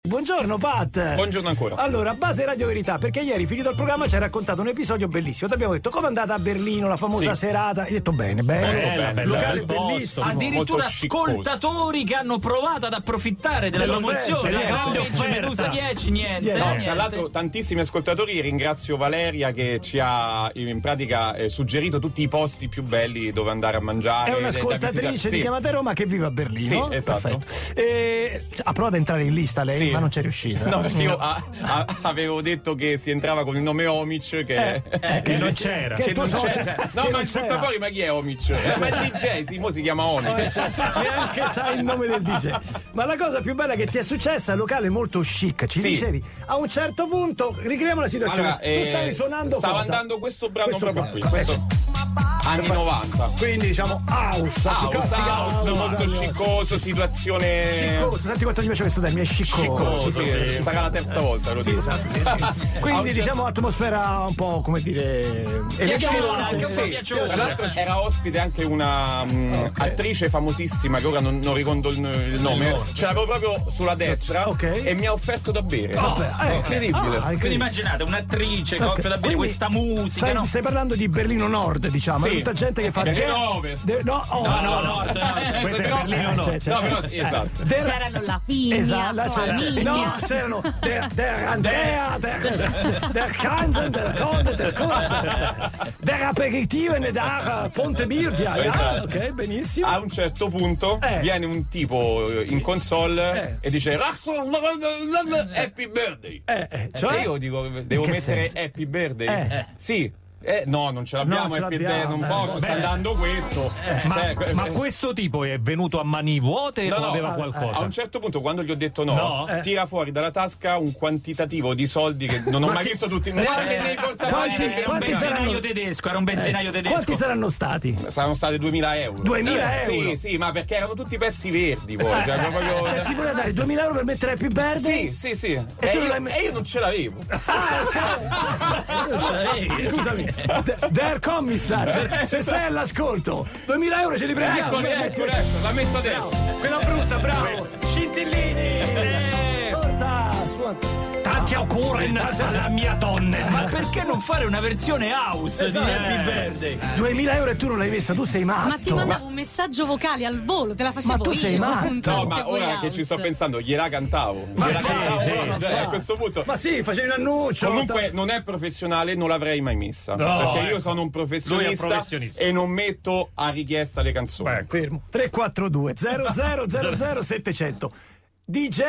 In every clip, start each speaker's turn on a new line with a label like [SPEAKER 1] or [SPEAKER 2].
[SPEAKER 1] Buongiorno Pat!
[SPEAKER 2] Buongiorno ancora.
[SPEAKER 1] Allora, base Radio Verità, perché ieri finito il programma ci hai raccontato un episodio bellissimo. Ti abbiamo detto come è andata a Berlino la famosa
[SPEAKER 2] Sì.
[SPEAKER 1] serata. Hai detto bene, bene.
[SPEAKER 2] Molto bella, bella,
[SPEAKER 1] locale
[SPEAKER 2] bel posto.
[SPEAKER 1] bellissimo.
[SPEAKER 2] Ah, di-
[SPEAKER 3] Addirittura
[SPEAKER 2] molto sciccoso.
[SPEAKER 3] ascoltatori che hanno provato ad approfittare della
[SPEAKER 1] Dell'offerta,
[SPEAKER 3] promozione.
[SPEAKER 1] niente.
[SPEAKER 3] La grande
[SPEAKER 1] Offerta.
[SPEAKER 3] offerta. 10, niente.
[SPEAKER 1] Niente.
[SPEAKER 2] No,
[SPEAKER 3] niente.
[SPEAKER 2] tra l'altro tantissimi ascoltatori, ringrazio Valeria che ci ha in pratica eh, suggerito tutti i posti più belli dove andare a mangiare.
[SPEAKER 1] È
[SPEAKER 2] da
[SPEAKER 1] un'ascoltatrice
[SPEAKER 2] visitare.
[SPEAKER 1] di
[SPEAKER 2] Sì.
[SPEAKER 1] Chiamate Roma che vive a Berlino.
[SPEAKER 2] Sì, esatto.
[SPEAKER 1] Perfetto. E ha provato ad entrare in lista lei,
[SPEAKER 2] Sì.
[SPEAKER 1] Eh, ma non c'è riuscita. Eh, Mm.
[SPEAKER 2] No, perché io a- a- avevo detto che si entrava con il nome Omic che,
[SPEAKER 1] Eh,
[SPEAKER 4] che non c'era.
[SPEAKER 1] Che,
[SPEAKER 2] che
[SPEAKER 1] non
[SPEAKER 2] non c'è.
[SPEAKER 1] c'era.
[SPEAKER 2] No,
[SPEAKER 1] Che
[SPEAKER 2] ma
[SPEAKER 1] non
[SPEAKER 2] il
[SPEAKER 1] c'era.
[SPEAKER 2] fuori, ma chi è Omic? Eh, ma è il DJ, sì, mo si chiama Omic.
[SPEAKER 1] Eh, cioè, certo. Neanche sai il nome del DJ. Ma la cosa più bella che ti è successa, locale molto chic, ci
[SPEAKER 2] Sì.
[SPEAKER 1] dicevi. A un certo punto, ricreiamo la situazione.
[SPEAKER 2] Allora,
[SPEAKER 1] tu
[SPEAKER 2] eh,
[SPEAKER 1] stavi suonando
[SPEAKER 2] stava
[SPEAKER 1] cosa?
[SPEAKER 2] andando questo brano
[SPEAKER 1] Questo
[SPEAKER 2] proprio
[SPEAKER 1] qua.
[SPEAKER 2] qui, questo- anni 90.
[SPEAKER 1] Quindi diciamo house,
[SPEAKER 2] Ah, un
[SPEAKER 1] classica
[SPEAKER 2] sound molto sciccoso, situazione
[SPEAKER 1] Sciccoso, senti quanto ti piace questo termine, sciccoso.
[SPEAKER 2] Sciccoso,
[SPEAKER 1] Sì,
[SPEAKER 2] sì,
[SPEAKER 4] sì.
[SPEAKER 2] sarà la terza volta, lo
[SPEAKER 1] sì,
[SPEAKER 2] dico.
[SPEAKER 1] esatto, sì, sì.
[SPEAKER 2] A un
[SPEAKER 1] Quindi
[SPEAKER 2] certo-
[SPEAKER 1] diciamo atmosfera un po' come dire
[SPEAKER 3] Piacevole, anche un po'
[SPEAKER 1] Sì.
[SPEAKER 3] piacevole.
[SPEAKER 2] Tra l'altro
[SPEAKER 1] Eh.
[SPEAKER 2] era ospite anche una mh,
[SPEAKER 1] Ah,
[SPEAKER 2] attrice famosissima che ora non, non ricordo il, il nome, ce l'avevo proprio sulla destra
[SPEAKER 1] ok.
[SPEAKER 2] e mi ha offerto da bere.
[SPEAKER 1] Vabbè, eh,
[SPEAKER 2] incredibile.
[SPEAKER 1] ah,
[SPEAKER 3] Quindi
[SPEAKER 1] incredibile.
[SPEAKER 3] immaginate un'attrice che
[SPEAKER 1] Ok,
[SPEAKER 3] offre da bere
[SPEAKER 1] quindi
[SPEAKER 3] questa musica,
[SPEAKER 1] Stai,
[SPEAKER 3] no?
[SPEAKER 1] stai parlando di Berlino Nord, diciamo,
[SPEAKER 2] Sì.
[SPEAKER 1] è tutta gente che fa
[SPEAKER 2] Perché
[SPEAKER 1] de-
[SPEAKER 2] ovest.
[SPEAKER 1] de- no, oh,
[SPEAKER 3] No, no, no, no,
[SPEAKER 2] Eh,
[SPEAKER 1] questo è
[SPEAKER 2] però-
[SPEAKER 1] Berlino Nord.
[SPEAKER 2] cioè, No, però sì, esatto.
[SPEAKER 1] Der-
[SPEAKER 5] C'erano la figlia,
[SPEAKER 1] Esatto, là c'era-
[SPEAKER 5] famiglia.
[SPEAKER 1] no, c'erano der, der Andrea, der, der Kranzen, der Conte, der Kurz, der Aperitiven, der Ponte Birdia. ja?
[SPEAKER 2] Esatto.
[SPEAKER 1] Ok, benissimo.
[SPEAKER 3] Ah,
[SPEAKER 2] A un certo punto
[SPEAKER 1] Eh.
[SPEAKER 2] viene un tipo eh, in console
[SPEAKER 1] Eh.
[SPEAKER 2] e dice "Razzol- Happy Birthday.
[SPEAKER 1] Eh, eh,
[SPEAKER 2] E
[SPEAKER 1] cioè,
[SPEAKER 2] io dico devo
[SPEAKER 1] che
[SPEAKER 2] mettere
[SPEAKER 1] senso?
[SPEAKER 2] Happy Birthday.
[SPEAKER 1] Eh.
[SPEAKER 2] Sì. Eh, no, non ce l'abbiamo,
[SPEAKER 1] No, ce
[SPEAKER 2] Happy
[SPEAKER 1] l'abbiamo,
[SPEAKER 2] Birthday, non
[SPEAKER 1] eh,
[SPEAKER 2] posso, sta
[SPEAKER 1] vabbè.
[SPEAKER 2] andando questo.
[SPEAKER 4] Ma,
[SPEAKER 2] Cioè,
[SPEAKER 3] Eh.
[SPEAKER 2] que-
[SPEAKER 4] ma questo tipo è venuto a mani vuote
[SPEAKER 2] No,
[SPEAKER 4] o
[SPEAKER 2] no,
[SPEAKER 4] aveva
[SPEAKER 2] a-
[SPEAKER 3] Ah,
[SPEAKER 4] qualcosa?
[SPEAKER 2] A un certo punto, quando gli ho detto no,
[SPEAKER 4] No?
[SPEAKER 1] Eh.
[SPEAKER 2] tira fuori dalla tasca un quantitativo di soldi che non ho mai visto tutti. eh, Neanche nei portafogli.
[SPEAKER 1] quanti-
[SPEAKER 2] Era un
[SPEAKER 3] Era un
[SPEAKER 1] quanti
[SPEAKER 2] bel-
[SPEAKER 3] benzinaio
[SPEAKER 1] saranno-
[SPEAKER 3] tedesco, era un benzinaio
[SPEAKER 1] quanti
[SPEAKER 3] tedesco.
[SPEAKER 1] saranno stati?
[SPEAKER 2] Saranno state 2000 euro. Eh,
[SPEAKER 1] 2000
[SPEAKER 2] Sì,
[SPEAKER 1] euro?
[SPEAKER 2] sì, ma perché erano tutti pezzi verdi poi. cioè, proprio-
[SPEAKER 1] Cioè, ti voleva dare 2000 euro per mettere più Birthday?
[SPEAKER 2] Sì, sì, sì. E,
[SPEAKER 1] tu non
[SPEAKER 2] io,
[SPEAKER 1] l'hai me- Ah,
[SPEAKER 2] e io non ce l'avevo.
[SPEAKER 1] Scusami, D- Der Commissar, se sei all'ascolto, 2000 euro ce li prendiamo.
[SPEAKER 2] Eccoli,
[SPEAKER 1] Metti-
[SPEAKER 2] ecco, ecco, l'ha messo adesso.
[SPEAKER 1] Quella brutta, bravo. Eh.
[SPEAKER 4] Scintillini!
[SPEAKER 1] Porta, Eh, sputa.
[SPEAKER 4] Tanti auguri alla mia donna!
[SPEAKER 3] Ma perché non fare una versione house di Happy Birthday?
[SPEAKER 1] 2000 euro e tu non l'hai messa, tu sei matto.
[SPEAKER 5] Ma ti mandavo un messaggio vocale al volo, te la facevo
[SPEAKER 1] Esatto. Ma tu sei
[SPEAKER 5] io.
[SPEAKER 1] matto?
[SPEAKER 5] appunto,
[SPEAKER 2] No,
[SPEAKER 5] anche
[SPEAKER 2] ma
[SPEAKER 5] voi
[SPEAKER 2] ora che ci sto
[SPEAKER 5] house.
[SPEAKER 2] pensando, gliela cantavo. gliela
[SPEAKER 1] sì,
[SPEAKER 2] cantavo
[SPEAKER 1] sì,
[SPEAKER 2] proprio, cioè,
[SPEAKER 1] ma-
[SPEAKER 2] a questo punto.
[SPEAKER 1] Ma sì, facevi un annuncio.
[SPEAKER 2] Comunque non è professionale, non l'avrei mai messa. perché io
[SPEAKER 4] ecco.
[SPEAKER 2] sono un professionista,
[SPEAKER 4] Lui è un professionista.
[SPEAKER 2] e non metto a richiesta le canzoni.
[SPEAKER 4] Ecco.
[SPEAKER 1] eh, fermo 342 0000 700 DJ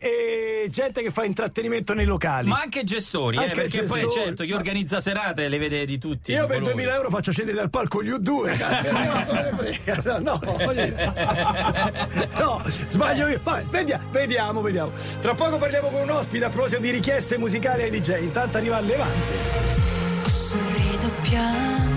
[SPEAKER 1] e gente che fa intrattenimento nei locali.
[SPEAKER 3] Ma anche gestori, eh,
[SPEAKER 1] Anche
[SPEAKER 3] perché poi
[SPEAKER 1] gestori.
[SPEAKER 3] certo chi organizza serate le vede di tutti.
[SPEAKER 1] Io per
[SPEAKER 3] colori.
[SPEAKER 1] 2000 euro faccio scendere dal palco gli U2, cazzo, non se ne frega. No, voglio dire. no, sbaglio io. Vai, vediamo, vediamo, vediamo. Tra poco parliamo con un ospite a proposito di richieste musicali ai DJ. Intanto arriva a Levante.
[SPEAKER 6] Sorrido piango,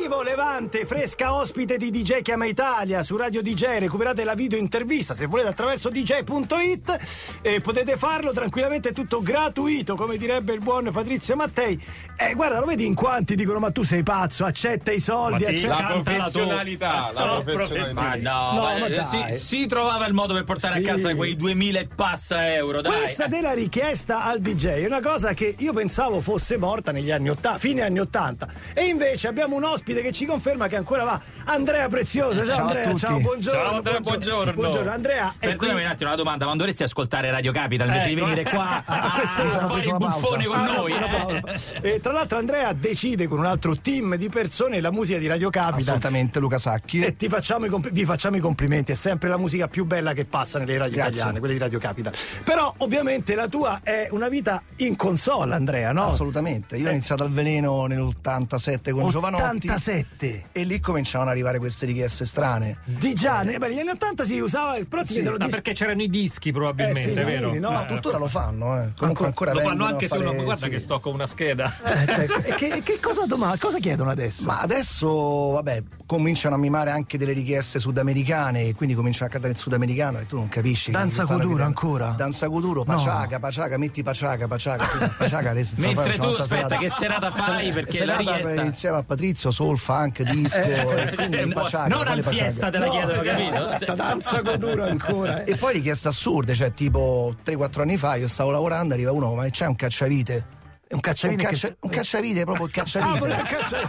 [SPEAKER 1] Vivo Levante, fresca ospite di DJ Chiama Italia su Radio DJ. Recuperate la video intervista se volete attraverso dj.it e potete farlo tranquillamente, è tutto gratuito, come direbbe il buon Patrizio Mattei. E guarda, lo vedi in quanti dicono: Ma tu sei pazzo, accetta i soldi,
[SPEAKER 4] Ma sì,
[SPEAKER 1] accetta.
[SPEAKER 2] La
[SPEAKER 4] Cantala tu.
[SPEAKER 2] professionalità, la
[SPEAKER 4] No,
[SPEAKER 2] professionalità.
[SPEAKER 3] Ma no,
[SPEAKER 1] No,
[SPEAKER 3] ma- eh,
[SPEAKER 1] ma dai.
[SPEAKER 3] si, si trovava il modo per portare
[SPEAKER 1] Sì.
[SPEAKER 3] a casa quei 2000 e passa euro, dai.
[SPEAKER 1] Questa della richiesta al DJ è una cosa che io pensavo fosse morta negli anni 80, fine anni 80. E invece abbiamo un ospite che ci conferma che ancora va. Andrea Prezioso, ciao, Andrea, ciao, buongiorno.
[SPEAKER 4] Ciao, Andrea, buongiorno.
[SPEAKER 1] Buongiorno, Andrea. è qui-
[SPEAKER 3] Perdonami un attimo una domanda, ma dovresti ascoltare Radio Capital invece di
[SPEAKER 4] Ecco.
[SPEAKER 3] venire qua a,
[SPEAKER 1] Ah, questo mi sono
[SPEAKER 3] fare
[SPEAKER 1] preso
[SPEAKER 3] il
[SPEAKER 1] una pausa.
[SPEAKER 3] buffone con
[SPEAKER 1] Ah, no,
[SPEAKER 3] noi?
[SPEAKER 1] una
[SPEAKER 3] eh?
[SPEAKER 1] pausa. E tra l'altro Andrea decide con un altro team di persone la musica di Radio Capital.
[SPEAKER 7] Assolutamente Luca Sacchi.
[SPEAKER 1] E ti facciamo i compl- vi facciamo i complimenti, è sempre la musica più bella che passa nelle radio
[SPEAKER 7] Grazie.
[SPEAKER 1] italiane, quelle di Radio Capital. Però ovviamente la tua è una vita in console, Andrea, no?
[SPEAKER 4] Eh.
[SPEAKER 7] Assolutamente. Io ho iniziato al veleno nell'87 con Giovanotti.
[SPEAKER 1] 87, 7.
[SPEAKER 7] E lì cominciavano ad arrivare queste richieste strane.
[SPEAKER 1] Di già, ne- beh, negli anni 80 si usava, però ti
[SPEAKER 7] Eh. Sì,
[SPEAKER 1] chiedono
[SPEAKER 4] Ah,
[SPEAKER 1] di
[SPEAKER 4] perché c'erano i dischi probabilmente,
[SPEAKER 1] Eh, sì,
[SPEAKER 4] vero?
[SPEAKER 1] sì, no,
[SPEAKER 4] Eh,
[SPEAKER 1] ma
[SPEAKER 7] Ma tuttora lo fanno, eh.
[SPEAKER 1] Ancora-
[SPEAKER 7] Comunque ancora
[SPEAKER 4] lo fanno
[SPEAKER 7] vengono a
[SPEAKER 4] anche se
[SPEAKER 7] fare-
[SPEAKER 4] uno guarda
[SPEAKER 7] sì.
[SPEAKER 4] che sto con una scheda.
[SPEAKER 1] Eh, cioè, e che, e che cosa, doma- cosa chiedono adesso?
[SPEAKER 7] Ma adesso, vabbè, cominciano a mimare anche delle richieste sudamericane, e quindi cominciano a cantare il sudamericano e tu non capisci. che
[SPEAKER 1] Danza
[SPEAKER 7] gli stanno
[SPEAKER 1] Kuduro
[SPEAKER 7] chiedendo.
[SPEAKER 1] ancora?
[SPEAKER 7] Danza Kuduro, Paciaga, Paciaga, metti Paciaga, Paciaga, sì, Paciaga. le- fa-
[SPEAKER 3] Mentre
[SPEAKER 7] faccio
[SPEAKER 3] tu,
[SPEAKER 7] un'altra
[SPEAKER 3] aspetta,
[SPEAKER 7] serata.
[SPEAKER 3] che serata fai? Perché la
[SPEAKER 7] Serata
[SPEAKER 3] richiesta.
[SPEAKER 7] insieme a Patrizio, Soul, Funk, Disco,
[SPEAKER 1] Eh,
[SPEAKER 7] e quindi Paciaga.
[SPEAKER 3] non
[SPEAKER 7] quale
[SPEAKER 3] al
[SPEAKER 7] Paciaga?
[SPEAKER 3] fiesta te la chiedono, capito?
[SPEAKER 1] Sta danza con duro ancora. eh.
[SPEAKER 7] E poi richieste assurde, cioè tipo 3-4 anni fa io stavo lavorando, arriva uno, ma c'è un cacciavite?
[SPEAKER 1] Un
[SPEAKER 7] Un,
[SPEAKER 1] cacciavite
[SPEAKER 7] caccia-
[SPEAKER 1] che...
[SPEAKER 7] un cacciavite, proprio il
[SPEAKER 1] Ah, voleva
[SPEAKER 7] cacciavite.
[SPEAKER 1] il cacciavite.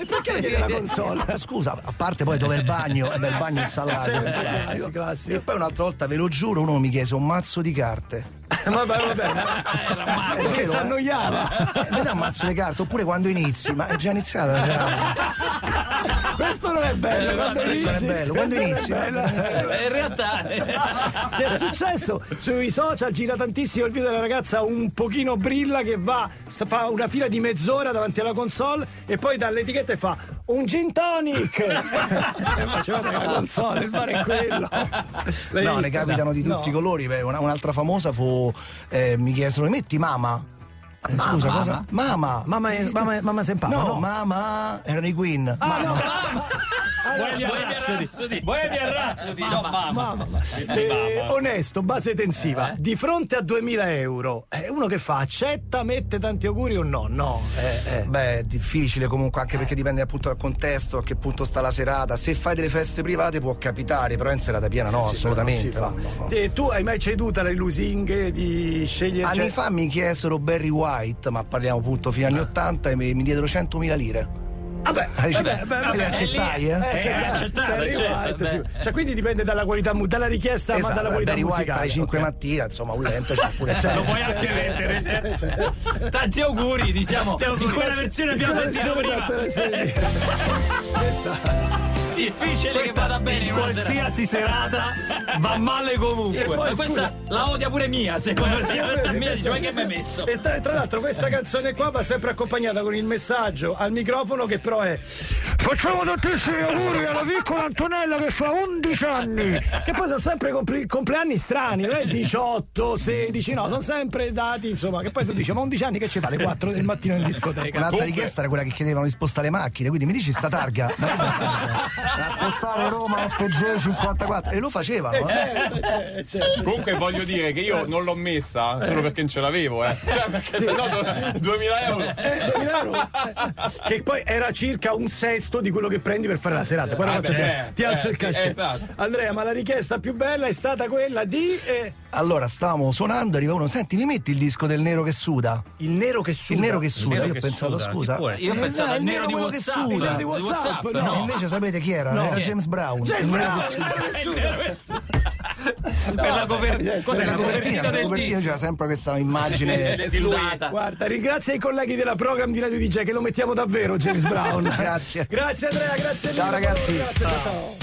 [SPEAKER 1] E perché viene la
[SPEAKER 7] Ho
[SPEAKER 1] console?
[SPEAKER 7] fatto, Scusa, a parte poi dove è il bagno, eh beh, il bagno è salato.
[SPEAKER 1] Sempre
[SPEAKER 7] è
[SPEAKER 1] classico, classico.
[SPEAKER 7] E poi un'altra volta, ve lo giuro, uno mi chiese un mazzo di carte.
[SPEAKER 1] Ma va vabbè, ma
[SPEAKER 7] È
[SPEAKER 1] che
[SPEAKER 7] vero,
[SPEAKER 1] Eh, si
[SPEAKER 7] eh?
[SPEAKER 1] annoiava.
[SPEAKER 7] Eh, Mi dà un mazzo di carte, oppure quando inizi, ma è già iniziata la serata.
[SPEAKER 1] Questo non è bello. Quando
[SPEAKER 7] Eh, questo non è
[SPEAKER 1] inizi,
[SPEAKER 7] bello, quando
[SPEAKER 1] questo non è
[SPEAKER 7] inizi.
[SPEAKER 1] bello.
[SPEAKER 3] Eh, In realtà. eh,
[SPEAKER 1] Che è successo? Sui social gira tantissimo il video della ragazza un pochino brilla che va, s- fa una fila di mezz'ora davanti alla console e poi dall'etichetta e fa un gin tonic! e facevate la console, il bar è quello. L'hai
[SPEAKER 7] No, ne
[SPEAKER 1] vista?
[SPEAKER 7] capitano di tutti i
[SPEAKER 1] No.
[SPEAKER 7] colori. beh, una- un'altra famosa fu, eh, mi chiesero, metti mamma? Eh, scusa, cosa? Mama!
[SPEAKER 1] Mamma, è- mamma, è- mamma Sempama,
[SPEAKER 7] No,
[SPEAKER 1] no?
[SPEAKER 7] mamma, erano i Queen.
[SPEAKER 1] Ah, no,
[SPEAKER 4] Bohemian Rhapsody. Bohemian Rhapsody. No, mamma.
[SPEAKER 1] mamma. Eh, onesto, base tensiva. Di fronte a 2000 euro, eh, uno che fa? Accetta, mette tanti auguri o no? No. Eh, eh.
[SPEAKER 7] Beh, è difficile comunque, anche perché dipende appunto dal contesto, a che punto sta la serata. Se fai delle feste private può capitare, però in serata piena no,
[SPEAKER 1] Sì, sì,
[SPEAKER 7] assolutamente.
[SPEAKER 1] però non
[SPEAKER 7] no,
[SPEAKER 1] si fa.
[SPEAKER 7] no, no.
[SPEAKER 1] Te- tu hai mai ceduto alle lusinghe di scegliere
[SPEAKER 7] Anni
[SPEAKER 1] cioè-
[SPEAKER 7] Ah, fa mi chiesero Barry White, ma parliamo appunto fino agli 80 e mi, mi diedero 100.000 lire.
[SPEAKER 1] Ah. Vabbè, vabbè, vabbè,
[SPEAKER 7] Ah, le
[SPEAKER 1] vabbè.
[SPEAKER 7] accettai, eh?
[SPEAKER 1] Eh, cioè,
[SPEAKER 3] accettato,
[SPEAKER 1] Barry
[SPEAKER 3] certo,
[SPEAKER 1] White, sì.
[SPEAKER 3] beh.
[SPEAKER 1] Cioè, quindi dipende dalla qualità, mu- dalla richiesta, ma dalla
[SPEAKER 7] Esatto,
[SPEAKER 1] qualità
[SPEAKER 7] Barry White
[SPEAKER 1] musicale.
[SPEAKER 7] alle 5 mattina, insomma, un lento c'è pure
[SPEAKER 4] Lo
[SPEAKER 7] sempre.
[SPEAKER 4] puoi anche mettere. certo.
[SPEAKER 3] Tanti auguri, diciamo. In quella versione abbiamo sentito prima. Difficile che vada bene. una serata.
[SPEAKER 4] Qualsiasi serata va male comunque.
[SPEAKER 3] Ma questa la odia pure mia, secondo me.
[SPEAKER 1] Questa-
[SPEAKER 3] Mia dice, ma che mi hai
[SPEAKER 7] Eh,
[SPEAKER 3] messo?
[SPEAKER 1] E tra, tra l'altro questa canzone qua va sempre accompagnata con il messaggio al microfono che però è Facciamo tantissimi auguri alla piccola Antonella che fa 11 anni Che poi sono sempre compli- compleanni strani, non è 18, 16, no, sono sempre dati insomma Che poi tu dici ma 11 anni che ci fate 4 del mattino in discoteca
[SPEAKER 7] Un'altra richiesta era quella che chiedevano di spostare macchine, quindi mi dici sta targa? La spostare Roma FG 54 e lo facevano, eh?
[SPEAKER 1] Certo, certo, certo.
[SPEAKER 2] Comunque voglio dire che io non l'ho messa solo perché non ce l'avevo, eh. Cioè, perché sennò do- 2000 euro.
[SPEAKER 1] Eh, 2000 euro. Che poi era circa un sesto di quello che prendi per fare la serata. Guarda
[SPEAKER 2] Ah,
[SPEAKER 1] quanto
[SPEAKER 2] beh,
[SPEAKER 1] ti alzo- ti
[SPEAKER 2] eh,
[SPEAKER 1] alzo il
[SPEAKER 2] sì,
[SPEAKER 1] cachet.
[SPEAKER 2] esatto.
[SPEAKER 1] Andrea, ma la richiesta più bella è stata quella di eh,
[SPEAKER 7] Allora stavamo suonando, arriva uno, senti mi metti il disco del nero che suda?
[SPEAKER 1] il nero che suda.
[SPEAKER 7] Il nero che suda,
[SPEAKER 4] nero
[SPEAKER 7] io ho
[SPEAKER 4] che
[SPEAKER 7] pensato
[SPEAKER 4] suda, chi
[SPEAKER 7] scusa.
[SPEAKER 4] può essere?
[SPEAKER 3] Io
[SPEAKER 7] Eh,
[SPEAKER 3] pensavo
[SPEAKER 7] no,
[SPEAKER 3] al
[SPEAKER 7] il
[SPEAKER 3] nero di
[SPEAKER 7] quello che
[SPEAKER 3] WhatsApp.
[SPEAKER 7] suda.
[SPEAKER 1] Il nero di
[SPEAKER 3] Di
[SPEAKER 1] WhatsApp,
[SPEAKER 3] WhatsApp,
[SPEAKER 1] no.
[SPEAKER 7] E invece sapete chi era?
[SPEAKER 1] No.
[SPEAKER 7] Era James Brown.
[SPEAKER 1] James
[SPEAKER 7] Il nero
[SPEAKER 1] Brown,
[SPEAKER 7] che
[SPEAKER 1] Cioè, il nero che suda.
[SPEAKER 4] per la copertina. Cos'è
[SPEAKER 7] suda.
[SPEAKER 4] la
[SPEAKER 7] La copertina,
[SPEAKER 4] copertina
[SPEAKER 7] la
[SPEAKER 4] del
[SPEAKER 7] copertina
[SPEAKER 4] disco?
[SPEAKER 7] c'era sempre questa immagine.
[SPEAKER 3] Di lui.
[SPEAKER 1] Guarda, ringrazio i colleghi della program di Radio DJ che lo mettiamo davvero, James Brown.
[SPEAKER 7] Grazie.
[SPEAKER 1] Grazie Andrea, grazie
[SPEAKER 7] Ciao,
[SPEAKER 1] mille.
[SPEAKER 7] ragazzi.
[SPEAKER 1] Grazie, ciao, ciao.